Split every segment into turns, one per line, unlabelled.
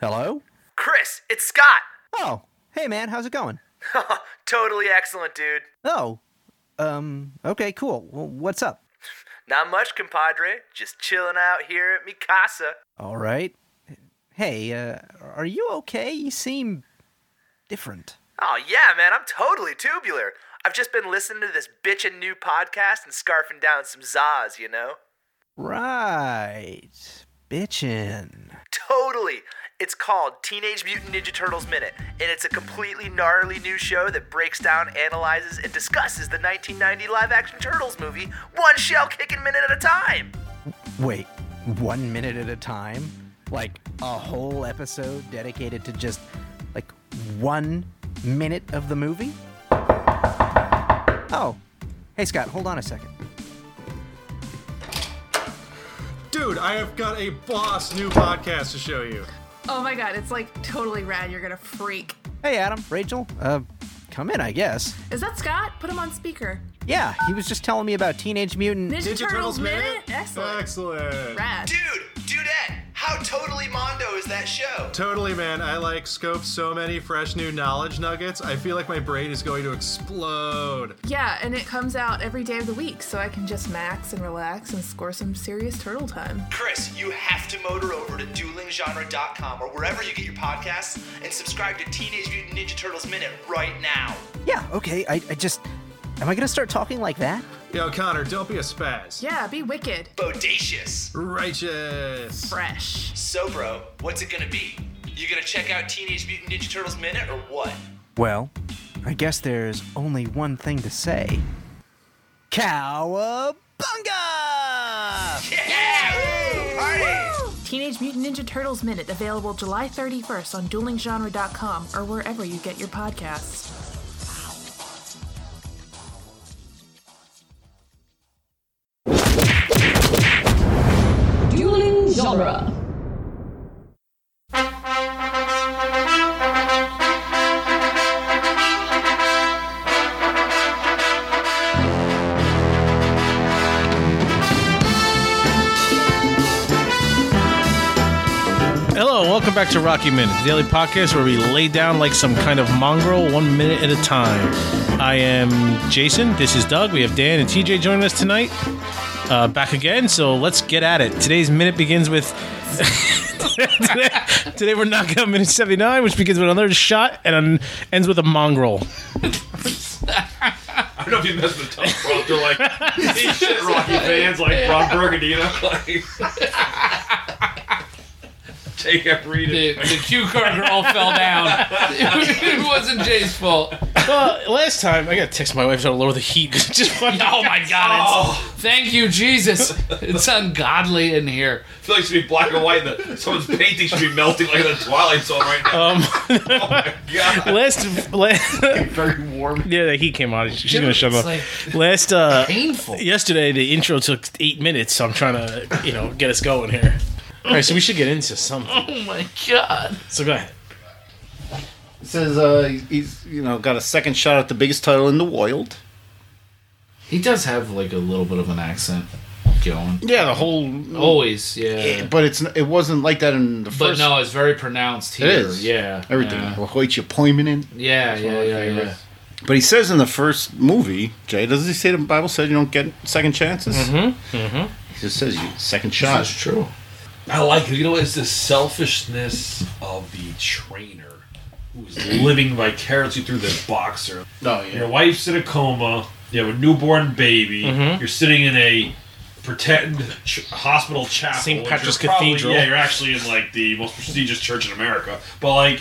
Hello?
Chris, it's Scott.
Oh, hey man, how's it going?
totally excellent, dude.
Oh, um, okay, cool. Well, what's up?
Not much, compadre. Just chilling out here at Mikasa.
All right. Hey, uh, are you okay? You seem different.
Oh, yeah, man, I'm totally tubular. I've just been listening to this bitchin' new podcast and scarfing down some Zaz, you know?
Right. Bitchin'.
Totally. It's called Teenage Mutant Ninja Turtles Minute, and it's a completely gnarly new show that breaks down, analyzes, and discusses the 1990 live action Turtles movie, one shell kicking minute at a time.
Wait, one minute at a time? Like a whole episode dedicated to just like one minute of the movie? Oh, hey Scott, hold on a second.
Dude, I have got a boss new podcast to show you.
Oh my god, it's like totally rad. You're gonna freak.
Hey Adam, Rachel, uh, come in, I guess.
Is that Scott? Put him on speaker.
Yeah, he was just telling me about Teenage Mutant.
Ninja, Turtles, minute? Excellent.
Excellent.
Rad.
Dude, dudette, how totally Mondo is that show?
Totally, man. I like scoped so many fresh new knowledge nuggets. I feel like my brain is going to explode.
Yeah, and it comes out every day of the week, so I can just max and relax and score some serious turtle time.
Chris, you have to motor over to duelinggenre.com or wherever you get your podcasts and subscribe to Teenage Mutant Ninja Turtles Minute right now.
Yeah, okay, I, I just. Am I gonna start talking like that?
Yo, Connor, don't be a spaz.
Yeah, be wicked.
Bodacious.
Righteous.
Fresh.
So, bro, what's it gonna be? You gonna check out Teenage Mutant Ninja Turtles Minute or what?
Well, I guess there's only one thing to say Cowabunga!
Yeah! Ooh, party!
Teenage Mutant Ninja Turtles Minute available July 31st on duelinggenre.com or wherever you get your podcasts.
Dueling genre.
Hello, welcome back to Rocky Minute, the daily podcast where we lay down like some kind of mongrel one minute at a time. I am Jason, this is Doug, we have Dan and TJ joining us tonight. Uh, back again, so let's get at it. Today's minute begins with. today, today we're knocking out minute 79, which begins with another shot and an, ends with a mongrel.
I don't know if you mess with Tom Prompter, like, these shit Rocky fans, like, Ron Burgundy, like, take up
the,
reading.
the cue card girl fell down. it wasn't Jay's fault.
Well, last time, I gotta text my wife so to lower the heat. Just
Oh my God! It's, Thank you, Jesus. It's ungodly in here.
I feel like it should be black and white, and the, someone's painting should be melting like in the Twilight Zone right now.
Um,
oh my god.
last, last
Very warm.
yeah, the heat came on. She's gonna shove up.
It's like
Last uh,
painful.
yesterday, the intro took eight minutes, so I'm trying to you know get us going here. All right, so we should get into something.
Oh my God.
So go ahead.
says uh, he's you know got a second shot at the biggest title in the world.
He does have like a little bit of an accent going.
Yeah, the whole.
Always, yeah.
Eh, But it's it wasn't like that in the
but
first.
no, it's very pronounced
it
here.
is.
Yeah.
everything.
Yeah.
Hoyt your poimenin.
Yeah. Yeah. Yeah. yeah.
But he says in the first movie, Jay, doesn't he say the Bible said you don't get second chances? Mm-hmm. mm-hmm. He just says you second shot.
That's true.
I like it. You know, it's the selfishness of the trainer who's living vicariously through the boxer.
Oh
Your wife's in a coma. You have a newborn baby.
Mm-hmm.
You're sitting in a pretend ch- hospital chapel.
St.
which
Patrick's
you're probably-
Cathedral.
Yeah, you're actually in like the most prestigious church in America. But like,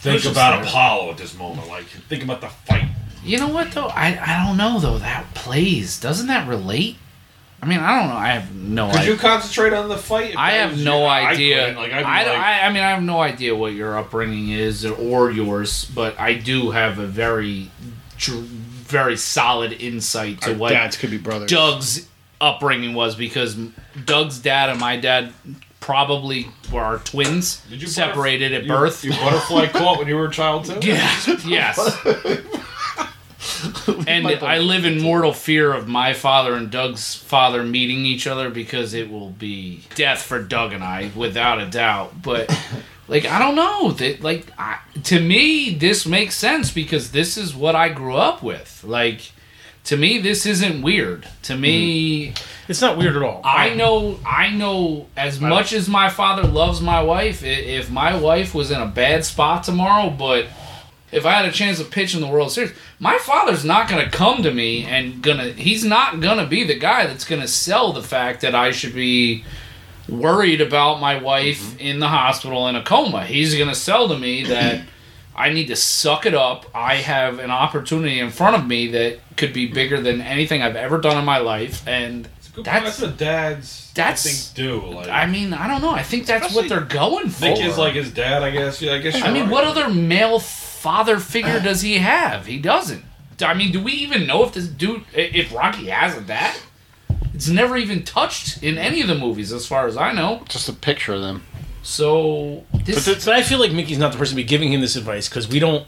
think
Who's
about
this
Apollo at this moment. Like, think about the fight.
You know what though? I I don't know though. That plays. Doesn't that relate? I mean, I don't know. I have no
Could
idea.
you concentrate on the fight? if
I
that
have
was
no
your- I
idea.
couldn't. like, I'd be
I, don't-
like-
I, I mean, I have no idea what your upbringing is or yours, but I do have a very, dr- very solid insight to what
Dads could be brothers.
Doug's upbringing was because Doug's dad and my dad probably were twins,
Did you butterf-
separated at
you-
birth.
You butterfly caught when you were a child too.
Yes. yes. and I live in mortal fear of my father and Doug's father meeting each other because it will be death for Doug and I, without a doubt. But like I don't know that like I, to me this makes sense because this is what I grew up with. Like to me this isn't weird. To me
It's not weird at all.
Ah.
I know, I know. As much as my father loves my wife, i- if my wife was in a bad spot tomorrow, but if I had a chance of pitching the World Series, my father's not gonna come to me and gonna. He's not gonna be the guy that's gonna sell the fact that I should be worried about my wife in the hospital in a coma. He's gonna sell to me that. I need to suck it up. I have an opportunity in front of me that could be bigger than anything I've ever done in my life, and
It's a good point.
That's-
That's what dads
that's-
I think do. Like
I mean, I don't know. I think that's what
Especially
they're going for.
Nick is like his dad, I guess. Yeah, I guess. You're
I mean,
right.
what other male father figure does he have? He doesn't. I mean, do we even know if this dude, i- if Rocky has a dad? It's never even touched in any of the movies, as far as I know.
Just a picture of them.
So
But,
this,
th- but I feel like Mickey's not the person to be giving him this advice because we don't.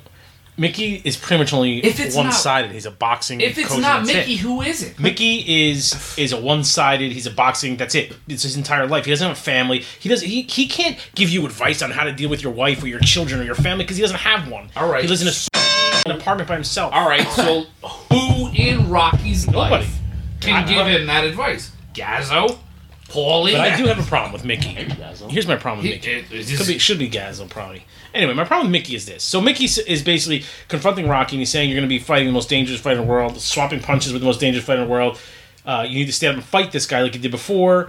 Mickey is pretty much only
If it's not-
one sided. He's a boxing.
if it's
coach and
not
that's it.
Mickey, who is it?
Mickey is is a one sided. He's a boxing. That's it. It's his entire life. He doesn't have a family. He doesn't. He, he can't give you advice on how to deal with your wife or your children or your family because he doesn't have one.
All right.
He lives in a s- an apartment by himself.
All right, so who in Rocky's
Nobody.
life can
I-
give him that advice? Gazzo, Paulie.
But I do have a problem with Mickey. Here's my problem with
He-
Mickey.
it- it's
Could
just-
be, should be Gazzo, probably. Anyway, my problem with Mickey is this. So Mickey s- is basically confronting Rocky and he's saying you're going to be fighting the most dangerous fighter in the world, swapping punches with the most dangerous fighter in the world. Uh, you need to stand up and fight this guy like you did before.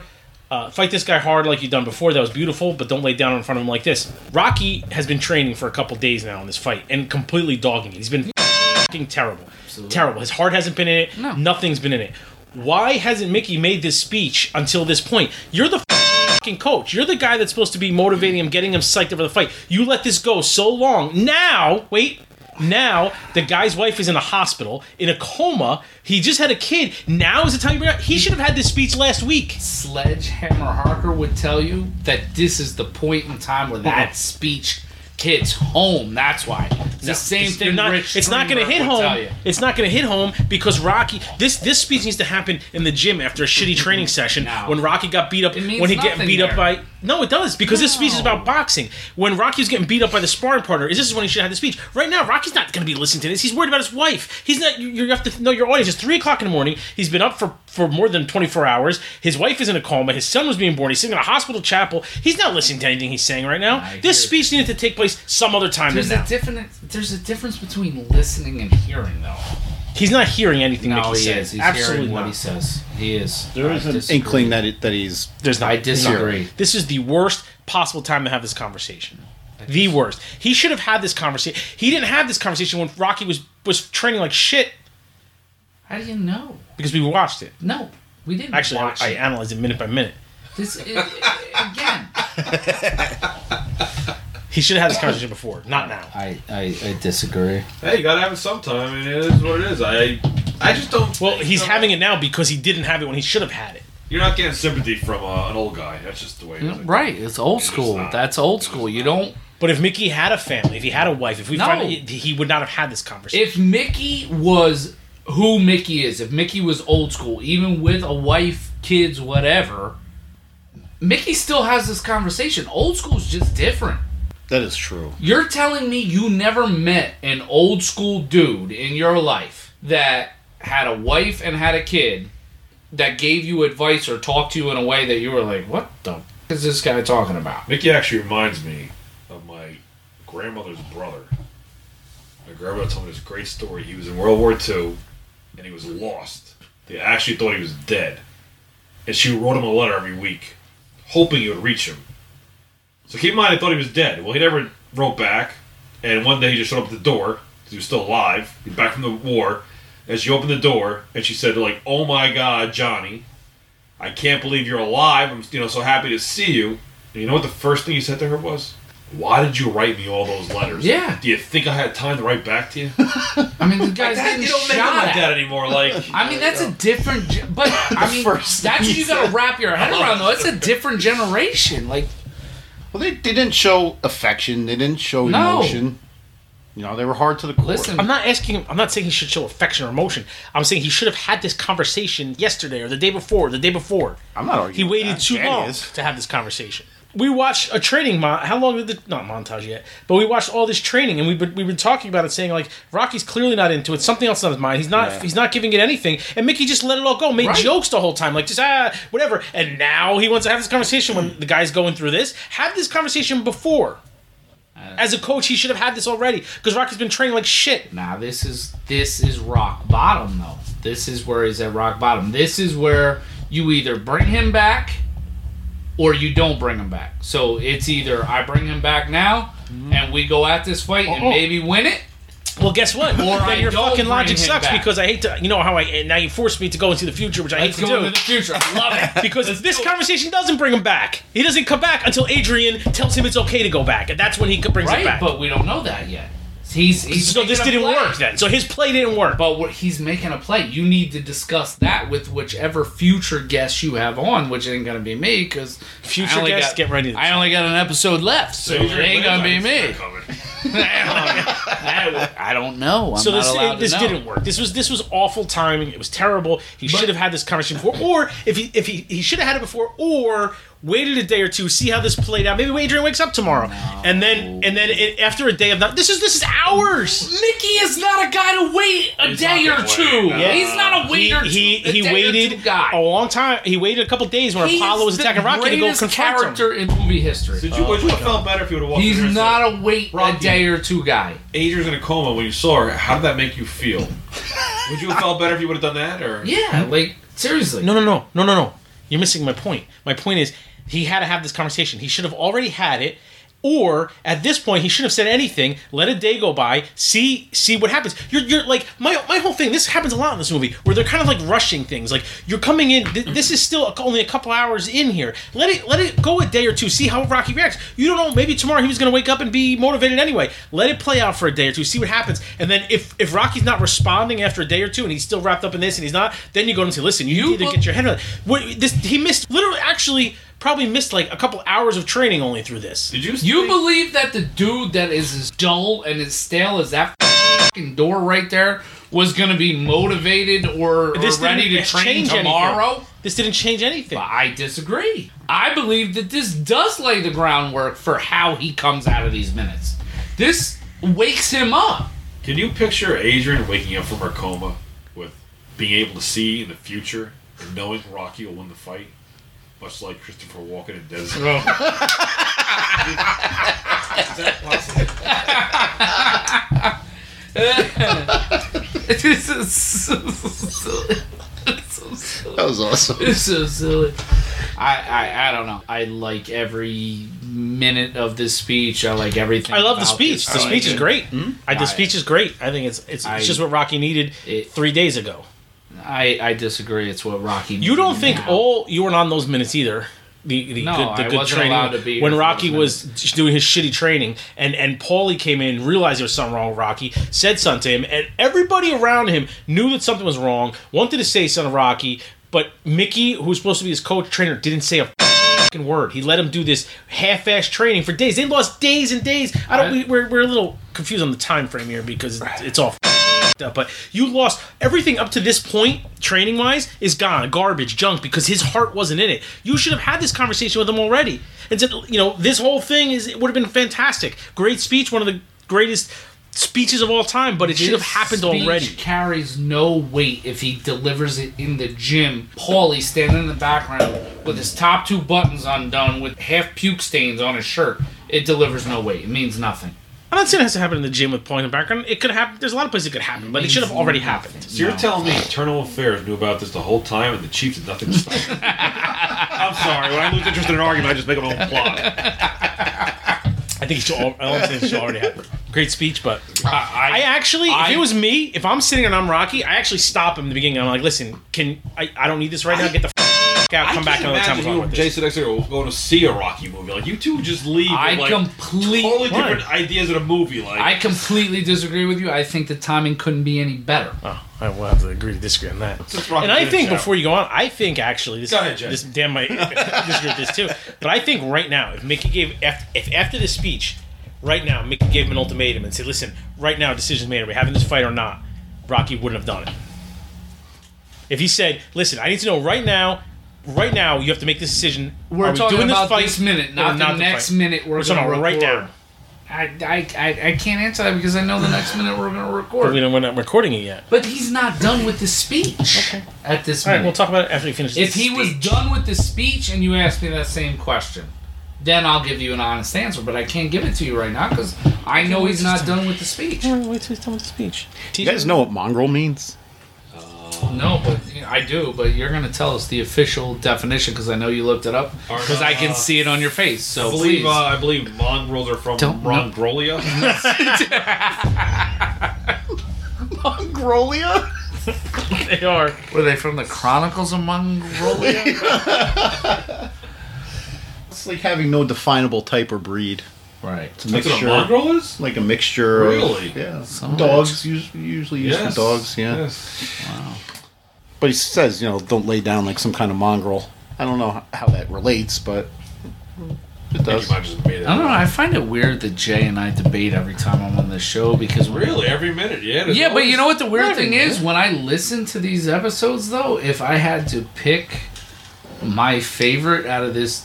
Uh, fight this guy hard like you've done before. That was beautiful, but don't lay down in front of him like this. Rocky has been training for a couple days now in this fight and completely dogging it. He's been fucking terrible. Terrible. His heart hasn't been in it.
No.
Nothing's been in it. Why hasn't Mickey made this speech until this point? You're the fucking coach. You're the guy that's supposed to be motivating him, getting him psyched up for the fight. You let this go so long. Now, wait. Now the guy's wife is in a hospital in a coma. He just had a kid. Now is the time you bring it up. He should have had this speech last week.
Sledgehammer Harker would tell you that this is the point in time where that speech hits home. That's why. It's the same
It's-
thing.
you're Not,
Rich
it's not going to
Greenberg
hit
would tell
home.
you.
It's not going to hit home because Rocky. This this speech needs to happen in the gym after a shitty training session
No.
when Rocky got beat up.
It means
when he getting
nothing
beat up
there.
by no, it does because this speech is about boxing. When Rocky was getting beat up by the sparring partner, is this is when he should have had the speech. Right now, Rocky's not going to be listening to this. He's worried about his wife. He's not. You, you have to know your audience. It's three o'clock in the morning. He's been up for for more than twenty four hours. His wife is in a coma. His son was being born. He's sitting in a hospital chapel. He's not listening to anything he's saying right now. this
hear you.
speech needed to take place some other time.
There's
than
a
now.
difference. There's a difference between listening and hearing, though.
He's not hearing anything
No,
Mickey
he
says.
is. He's
Absolutely
hearing what
not.
he says. He is.
There
I
is an
disagree.
inkling that it, that he's
There's not.
I disagree.
This is the worst possible time to have this conversation. The worst. He should have had this conversation. He didn't have this conversation when Rocky was was training like shit
How do you know?
because we watched it.
No, we didn't
Actually, I,
watch
I
it.
analyzed it minute by minute.
This i- i- again.
He should have had this conversation before, not now.
I, I I disagree.
Hey, you gotta have it sometime. I mean, it is what it is. I, I just don't.
Well, he's
you know,
having it now because he didn't have it when he should have had it.
You're not getting sympathy from uh, an old guy. That's just the way. It is.
Right, it's old school.
not.
That's old school. You don't
But if Mickey had a family, if he had a wife, if we
No.
finally, he would not have had this conversation.
If Mickey was who Mickey is, if Mickey was old school, even with a wife, kids, whatever, Mickey still has this conversation. Old school's just different.
that is true.
You're telling me you never met an old school dude in your life that had a wife and had a kid that gave you advice or talked to you in a way that you were like, what the f- is this guy talking about?
Mickey actually reminds me of my grandmother's brother. My grandmother told me this great story. He was in World War II, and he was lost. They actually thought he was dead, and she wrote him a letter every week, hoping it would reach him. So keep in mind, they thought he was dead. Well, he never wrote back, and one day he just showed up at the door 'cause he was still alive. He's back from the war, and she opened the door and she said, "Like, oh my God, Johnny, I can't believe you're alive. I'm, you know, so happy to see you." And you know what the first thing you said to her was? Why did you write me all those letters?
Yeah.
Do you think I had time to write back to you?
I mean, the guy's
Dad,
getting
you don't make them
shot
like
at.
that anymore. Like,
I mean, that's a different. Ge- but I mean,
first
that's what you
thing he
gotta wrap your head around, though. That's a different generation. Like,
Well, they, they didn't show affection. They didn't show
No.
emotion. You know, they were hard to the core.
listen,
I'm not asking. I'm not saying he should show affection or emotion. I'm saying he should have had this conversation yesterday or the day before, the day before.
I'm not arguing.
He
with
waited
that.
too
Danny
long
is.
to have this conversation. we watched a training mon. How long did the not montage yet? But we watched all this training, and we've been, we've been talking about it, saying like Rocky's clearly not into it. Something else is on his mind. He's not he's not giving it anything. And Mickey just let it all go, made
Right.
jokes the whole time, like just ah whatever. And now he wants to have this conversation when the guy's going through this. Have this conversation before.
Uh,
As a coach, he should have had this already because Rocky's been training like shit.
Now this is this is rock bottom though. This is where he's at rock bottom. This is where you either bring him back or you don't bring him back. So it's either I bring him back now
Mm-hmm.
and we go at this fight
Oh,
and maybe win it.
Well, guess what?
Or I
then your
don't
fucking
bring
logic
him
sucks
back.
because I hate to. You know how I and now you forced me to go into the future, which I
Let's
hate
go
to
into
do.
the future. I love it.
Because
Let's
this
do it.
conversation doesn't bring him back. He doesn't come back until Adrian tells him it's okay to go back, and that's when he brings it
right,
back.
but we don't know that yet. He's, he's
so this
making a
didn't
play.
work then. So his play didn't work.
But what he's making a play. You need to discuss that with whichever future guest you have on, which ain't gonna be me because
Future guests, get ready to-
I only got an episode left, so it ain't gonna be me. I, I don't know. I'm
so
not
this
allowed
this
to know.
didn't work. This was this was awful timing. It was terrible. He
But-
should have had this conversation before, or if he if he he should have had it before, or waited a day or two, see how this played out. Maybe Adrian wakes up tomorrow, and then and then it, after a day of not, this is this is hours.
Mickey is not a guy to wait a
He's
day
not
or
gonna
two.
wait. Yeah.
He's not a
he
waiter.
he,
a
he
day or two
waited
guy.
a long time. He waited a couple days when
He
Apollo was
is the
attacking Rocky to go
greatest
confront him.
character in movie history.
Did you, would you have felt better if you would have walked in there
He's
and
not a wait a
Rocky.
day or two guy.
said, Adrian's in a coma when you saw her. How did that make you feel? would you have felt better if you would have done that? Or
Yeah, like seriously.
Hmm? No, no, no, no, no, no. You're missing my point. My point is he had to have this conversation. He should have already had it. Or at this point, he shouldn't have said anything. Let a day go by. See, see what happens. You're, you're like my, my whole thing. This happens a lot in this movie where they're kind of like rushing things. Like you're coming in. Th- this is still a- only a couple hours in here. Let it, let it go a day or two. See how Rocky reacts. You don't know. Maybe tomorrow he was going to wake up and be motivated anyway. Let it play out for a day or two. See what happens. And then if if Rocky's not responding after a day or two and he's still wrapped up in this and he's not, then you go and say, listen, you,
You
either
will-
get your head around. What, this he missed literally actually probably missed like a couple hours of training only through this.
did you?
You
think-
believe that the dude that is as dull and as stale as that fucking door right there was gonna be motivated or, or
This didn't
ready to train
change anything.
tomorrow?
This didn't change anything.
I disagree. I believe that this does lay the groundwork for how he comes out of these minutes. This wakes him up.
Can you picture Adrian waking up from her coma with being able to see in the future and knowing Rocky will win the fight? Much like Christopher Walken and Denzel. Is that possible?
this is so silly.
That was awesome.
It's so silly. I, I I don't know. I like every minute of this speech. I like everything.
I love the
about
speech.
this.
The
I like
speech is
it.
great. I, the
I-
speech is great. I think it's it's,
I-
it's just what Rocky needed
It-
three days ago.
I, I disagree. It's what Rocky.
You don't
needed
think
now.
all you weren't on those minutes either. The, the
No,
good, the
I
good
wasn't
training
allowed to be
when
here for
Rocky was
those
doing his shitty training, and and Paulie came in, realized there was something wrong with Rocky, said something to him, and everybody around him knew that something was wrong, wanted to say something to Rocky, but Mickey, who was supposed to be his coach trainer, didn't say a fucking word. He let him do this half-ass training for days. They lost days and days. I don't.
I-
we, we're, we're a little confused on the time frame here because it's, it's all fucked up. But you lost everything up to this point, training wise, is gone, garbage, junk, because his heart wasn't in it. You should have had this conversation with him already. And said, you know, this whole thing is it would have been fantastic, great speech, one of the greatest speeches of all time. But it should have
This
happened
speech
already.
Carries no weight if he delivers it in the gym. Paulie standing in the background with his top two buttons undone, with half puke stains on his shirt. It delivers no weight. It means nothing.
I'm not saying it has to happen in the gym with Paul in the background. It could happen. There's a lot of places it could happen, but it should have already happened.
So you're telling me Internal Affairs knew about this the whole time and the Chiefs did nothing to stop it? I'm sorry. When I lose interest in an argument, I just make up my own plot.
I think it should. All, I don't think it should already happen. Great speech, but I actually,
I-
if it was me, if I'm sitting and I'm Rocky, I actually stop him in the beginning. I'm like, listen, can I? I don't need this right now. Get the f- out. Come back
Can't
another time.
imagine
I'm
you
done
and
with this.
Jason X going to see a Rocky movie. Like you two just leave. with,
I
like,
complete-
totally
Why?
different ideas of the movie. Like
I completely disagree with you. I think the timing couldn't be any better.
Oh, I will have to agree to disagree on that.
Just Rocky
And I
did it,
think
Jack.
before you go on, I think actually this
Go ahead, Jay.
this damn might disagree with this too. But I think right now, if Mickey gave if, if after this speech, right now Mickey gave him an ultimatum and said, listen, right now decision's made. Are we having this fight or not? Rocky wouldn't have done it. If he said, listen, I need to know right now. right now you have to make this decision.
We're
Are we
talking
doing
about
fight
this minute,
or
not, the
this
next
fight?
minute we're,
We're
going
talking
to
about right
record.
now.
I, I, I, I can't answer that because I know the next minute we're going to record.
We don't, we're not recording it yet.
But he's not done with the speech at this
All right,
minute.
we'll talk about it after we finish.
if
this
he was
speech.
done with the speech and you asked me that same question, then I'll give you an honest answer. But I can't give it to you right now because I know he's not done with the speech.
All right, wait till he's done with the speech.
You guys know what mongrel means?
No, but you know, I do. But you're going to tell us the official definition because I know you looked it up because I can see it on your face. So
I believe
please.
uh, I believe mongrels are from
Don't know.
Mongolia.
Mongrolia?
they are.
Were they from the Chronicles of Mongolia?
It's like having no definable type or breed.
right.
It's a
That's what a
mixture.
mongrel is.
like a mixture of-
Really?
yeah
Some
dogs us- usually used
Yes.
for dogs yeah
Yes.
but he says you know don't lay down like some kind of mongrel i don't know h- how that relates but it
I think
does
you might have just made it.
I don't know.
up.
I find it weird that Jay and I debate every time I'm on this show because we're
Really, every minute, yeah. there's
Yeah, but
always-
you know what the weird thing is? When I listen to these episodes, though, if I had to pick my favorite out of this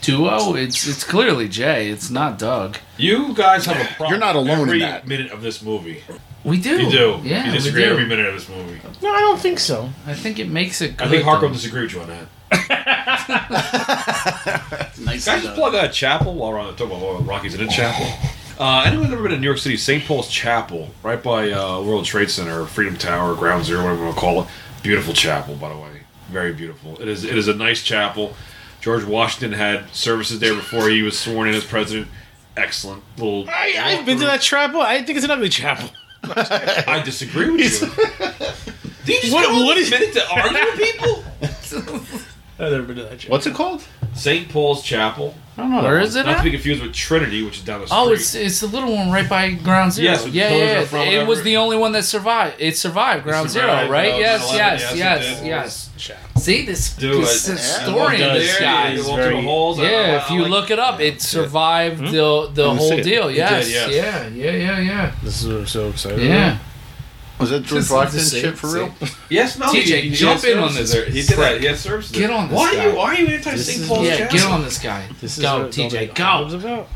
duo, it's it's clearly Jay. It's not Doug.
you guys have a problem.
You're not alone in
every
that.
minute of this movie.
We do.
You do.
Yeah,
you
we
disagree
do.
every minute of this movie.
No, I don't think so.
I think it makes it. Good,
I think Harco
though.
disagree with you on that.
nice
Can I just plug a chapel while we're on the talk about uh, Rockies in a chapel? Uh, anyone ever been to New York City? St. Paul's Chapel, right by uh, World Trade Center, Freedom Tower, Ground Zero, whatever you want to call it. Beautiful chapel, by the way. Very beautiful. It is. It is a nice chapel. George Washington had services there before he was sworn in as president. Excellent little.
I, I've been to that chapel. I think it's an ugly chapel.
I disagree with you. Do you just
What-
what,
what
what
is-
is minute to argue with people?
I've never been to that chapel.
what's it called
St. Paul's Chapel,
i don't know
Where is it?
not to
At?
be confused with Trinity, which is down the street.
Oh, it's it's the little one right by Ground Zero.
Yes, with the
yeah,
pillars
yeah.
in front,
It was
whatever.
the only one that survived. It survived Ground
survived,
Zero, right?
uh,
yes,
9/11,
yes,
yes, it
yes,
did.
yes.
Chapel.
See this,
Do
this
it.
historian,
Yeah,
this
it
guy.
is.
You walk through the
very-
halls, I- I-
Yeah, if
I
you
like-
look it up, it survived
Hmm?
the the
me see
whole
it.
deal. Yes,
did,
yeah,
yes.
yeah, yeah, yeah,
This is what I'm so excited.
yeah.
was that
This
george
is
washington
insane.
shit for real
Yes, no.
TJ,
he- he
jump
had
in on
services
this
There. He did
prick.
that. He had services.
Get
there.
on this
Why
guy.
are you? Why are you anti
This
St.
is-
Paul's?
Yeah,
Yeah,
Chapel?
get on this guy.
This is
go,
what it's all
TJ,
about.
go.
About.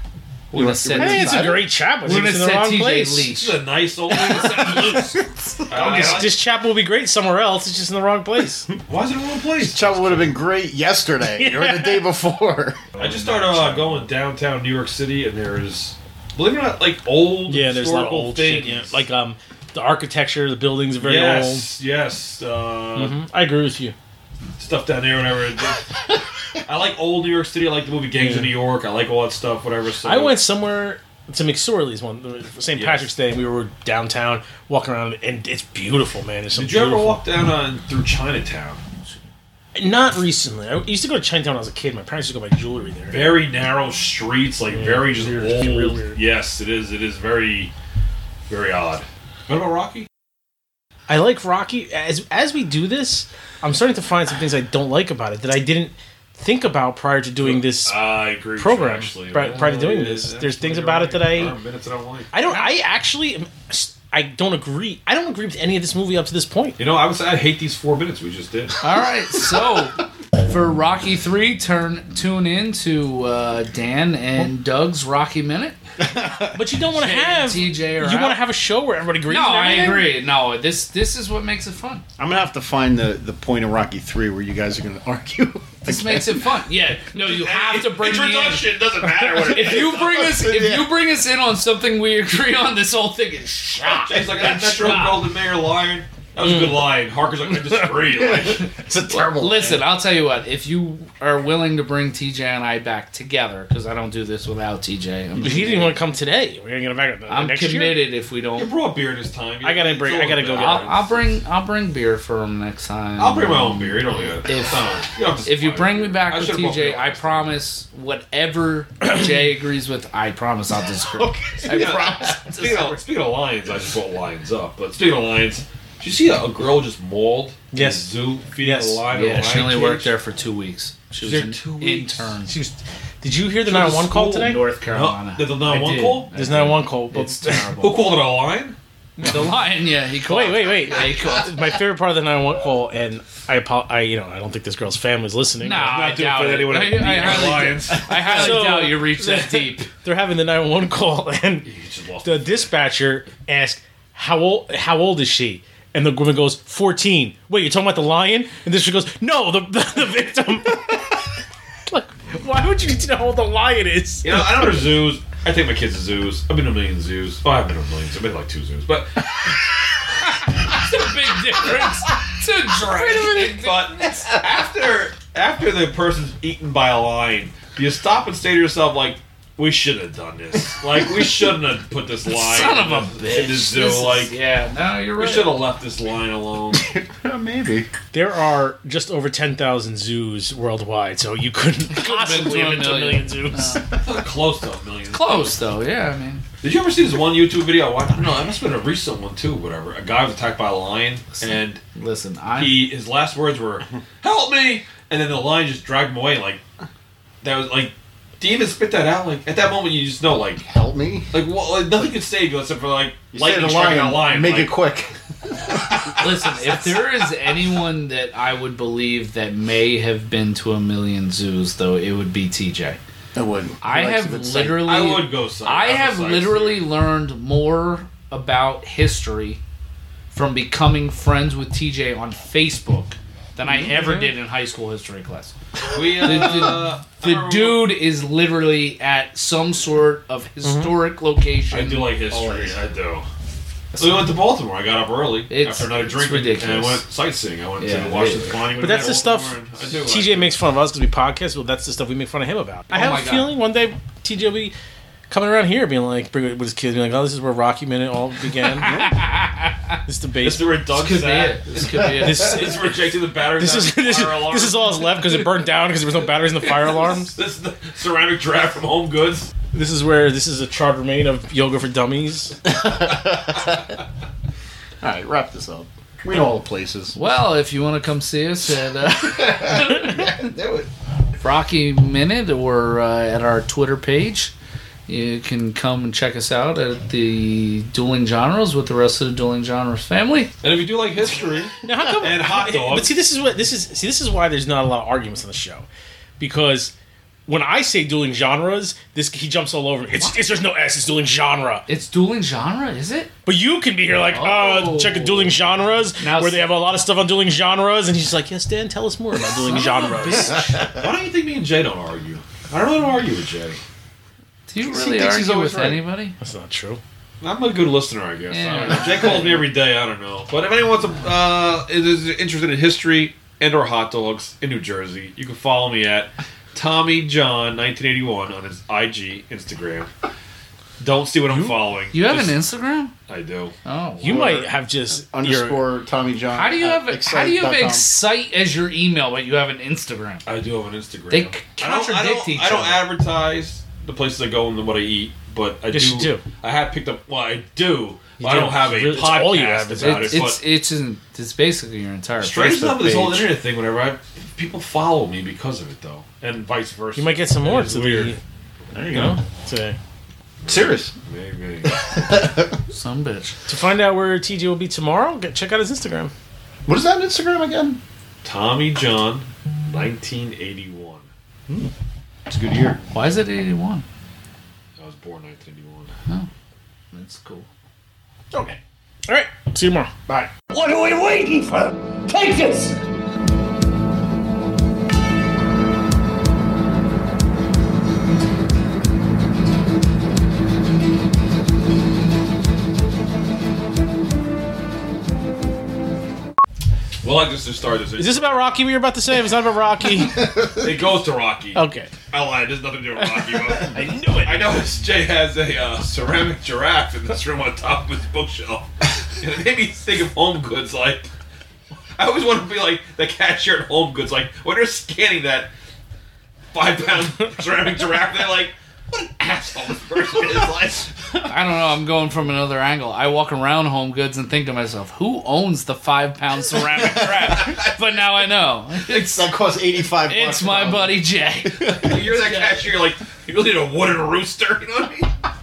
We're gonna set
I think it's
this
a
guy.
great chapel.
We're
We're
gonna
it's in the wrong
set TJ
place.
This
leash.
is a nice old. Uh,
This, this chapel will be great somewhere else. It's just in the wrong place.
why is it in the wrong place?
Chubba would have been great yesterday or the day before
I just started uh, going downtown New York City, and there is, believe it or not, like old
yeah, there's a lot of
historical
old
things.
shit. Yeah. Like um, the architecture, the buildings are very
yes, yes, uh,
old. I agree with you. Hmm.
stuff down there, whatever. I like old New York City. I like the movie Gangs of New York. I like all that stuff, whatever. So
I went somewhere to McSorley's one St.
Yes.
Patrick's Day. We were downtown walking around, and it's beautiful, man. There's some
Did you ever
beautiful-
walk down uh, through Chinatown?
Not recently. I used to go to Chinatown when I was a kid. My parents used to go buy jewelry there.
very narrow streets, like very just
weird.
old.
Real weird.
Yes, it is. It is very, very odd. What about Rocky?
I like Rocky. As as we do this, I'm starting to find some things I don't like about it that I didn't think about prior to dodoing this.
I agree. with you,
Program,
actually.
pri- prior to doing this. There's things about it that I-
There are minutes I don't like.
I don't. I actually, am- I don't agree. I don't agree with any of this movie up to this point.
You know, I would say I hate these four minutes we just did.
All right, so for Rocky Three, turn tune in to uh, Dan and Doug's Rocky Minute.
But you don't want to
Shane and
have
TJ
You
are
want to
out.
have a show where everybody agrees.
No,
and
I
everything?
agree. No, this this is what makes it fun.
i'm gonna have to find the the point of rocky 3 where you guys are gonna argue
This makes it fun. Yeah, no, you have to bring me in.
Introduction doesn't matter what it
If
is.
you bring us, if
Yeah.
you bring us in on something we agree on, this whole thing is shot.
It's like that Metro Golden Mayor lion. That was a
Mm.
good line. Harker's like, I disagree. Like,
it's a terrible
Listen, I'll tell you what. If you are willing to bring TJ and I back together, because I don't do this without TJ, I'm,
But he didn't want to come today. We're gonna get him back. uh,
I'm
next year.
committed. If we
you
don't,
brought beer this time. You
I gotta bring- I gotta go get
I'll, I'll bring I'll bring beer for him next time.
I'll bring my own beer. You don't need it.
If-
It's not- don't have to
If you
supply
bring
beer.
me back
I
with
should've brought
TJ,
beer.
I promise whatever Jay agrees with, I promise I'll disagree. I
Yeah.
promise. I'll
Speaking
disagree.
of, speaking of lions, I just brought lions up. But speaking of lions, did you see a, a girl just mauled? in
Yes.
a Zoo feeding
Yes.
a lion.
Yeah,
a
she
lion
only
cage?
worked there for two weeks. She was
there
an
two weeks?
intern.
She was- did you hear the
She was
911 call
schooled
today?
North
No,
Carolina.
the the
I
911
did.
call?
There's 911 call. But
It's
Who
terrible.
called it a lion?
The lion, yeah, he called.
Wait, wait, wait.
Yeah, he called.
My favorite part of the 911 call, and I, apo- I, you know, I don't think this girl's family's listening.
No, I
doing
doubt
for
it.
anyone
I,
at the
I highly,
Lions.
I highly
So-
doubt you reach that deep.
They're having the 911 call, and
just lost
the
it.
dispatcher asks, "How old? How old is she?" And the woman goes, 14. Wait, you're talking about the lion? And this she goes, "No, the the, the victim." Look, why would you need to know how old the lion is?
You know, I don't go to zoos. I take my kids to zoos. I've been to a million zoos. Oh, I haven't been to a million. I've been to like two zoos. But
It's a big difference. It's a drag.
but after after the person's eaten by a lion, do you stop and say to yourself like, "We shouldn't have done this. Like, we shouldn't have put this lion
Son
in
of a
this- in
bitch.
this zoo.
This is-
like,
yeah, no, you're
we
right.
should have left this lion alone."
Maybe.
There are just over 10,000 zoos worldwide, so you couldn't possibly have been to a million zoos.
Close to a million.
Close though, yeah. I mean,
Did you ever see this one YouTube video? I watched? I don't know. It must have been a recent one too. Whatever. A guy was attacked by a lion, and
listen, I
he his last words were "Help me!" and then the lion just dragged him away. Like that was like, do you even spit that out? Like at that moment, you just know like
Help me.
like, well, like nothing could save you except for like
You said
lightning striking a lion.
Make
like,
it quick.
listen. If there is anyone that I would believe that may have been to a million zoos, though, it would be TJ.
I wouldn't.
I
Like
have
some insight.
literally,
I would go. Side,
I
would
have
side
literally
see
learned more about history from becoming friends with TJ on Facebook than I ever did in high school history class.
it. We, uh, I
The
remember-
dude is literally at some sort of historic location.
I do like history. I do. So we went to Baltimore. I got up early
It's-
after another
it's
drink, and I
ridiculous.
went sightseeing. I went
Yeah,
to Washington
it-
Monument.
But that's the
in
stuff
Baltimore, and I do like
TJ
it.
makes fun of us because we podcast. Well, that's the stuff we make fun of him about. I
Oh
have
my
a
God.
feeling one day TJ will be coming around here being like, bring with his kids, being like, oh, this is where Rocky Minute all began. this debate.
This is where Doug's
Could be
at.
it. This could be it.
This,
This is where Jake did the battery.
this is this is this is all that's left because it burned down because there was no batteries in the fire alarms.
This is the ceramic draft from Home Goods.
This is where this is a charred remain of yoga for dummies.
All right, wrap this up. We know all the places.
Well, if you want to come see us at uh, Rocky Minute or uh, at our Twitter page, you can come and check us out at the Dueling Genres with the rest of the Dueling Genres family.
And if you do like history,
Now, how come?
And hot dogs.
But see, this is what this is. See, this is why there's not a lot of arguments on the show, because when I say dueling genres, this he jumps all over me. It's, it's there's no S. It's dueling genre.
It's Dueling Genre, is it?
But you can be here like, oh,
Oh.
check out dueling genres,
Now-
where they have a lot of stuff on dueling genres, and he's like, yes, Dan, tell us more about dueling genres.
why don't you think me and Jay don't argue? I don't really argue with Jay.
Do you
thinks
really
he's
argue
always
with
right.
anybody?
That's not true.
I'm a good listener, I guess. I don't know.
Yeah.
Jay calls me every day. I don't know. But if anyone wants to, uh, is is interested in history and or hot dogs in New Jersey, you can follow me at Tommy John 1981 on his IG Instagram. Don't see what I'm following.
You have
Just-
an Instagram?
I do.
Oh.
You might have just your-
Underscore Tommy John.
how do you
at
have how do you have
excite.com.
excite as your email, but you have an Instagram?
I do have an Instagram.
They c-
I don't- I don't,
contradict each
I don't
other.
advertise the places I go and what I eat, but I
Yes,
do,
you do.
I have picked up. Well, I do. but I
do.
don't have a
It's
podcast
all you have is
about
It's
it.
it's
But
it's, in- it's basically your entire
strange enough
Facebook
with this whole
page.
internet thing. Whenever I people follow me because of it, though, and vice versa.
you might get some more.
It's
to the-
weird.
There you
you
go.
know, to,
Serious.
Maybe.
Some bitch.
to find out where TJ will be tomorrow, get, check out his Instagram.
What is that on Instagram again?
Tommy John, 1981.
It's a good year.
Why is it 81?
I was born 1981.
That's cool.
Okay.
All right, see you tomorrow.
Bye.
What are we waiting for? Take us!
Well, I just started this.
Is this about Rocky? We were about to say if it's not about Rocky.
it goes to Rocky.
Okay.
I lied. There's nothing to do with Rocky. I knew it. I noticed Jay has a uh, ceramic giraffe in this room on top of his bookshelf. And it made me think of Home Goods. Like, I always want to be like the cashier at Home Goods. Like, when they're scanning that five pound ceramic giraffe, they're like, what an asshole this person is. Like,
I don't know. I'm going from another angle. I walk around Home Goods and think to myself, who owns the five pound ceramic crab? But now I know. It's,
That costs 85 bucks.
it's my buddy Jay.
you're that cashier, you're like, you really need a wooden rooster. You know what I mean?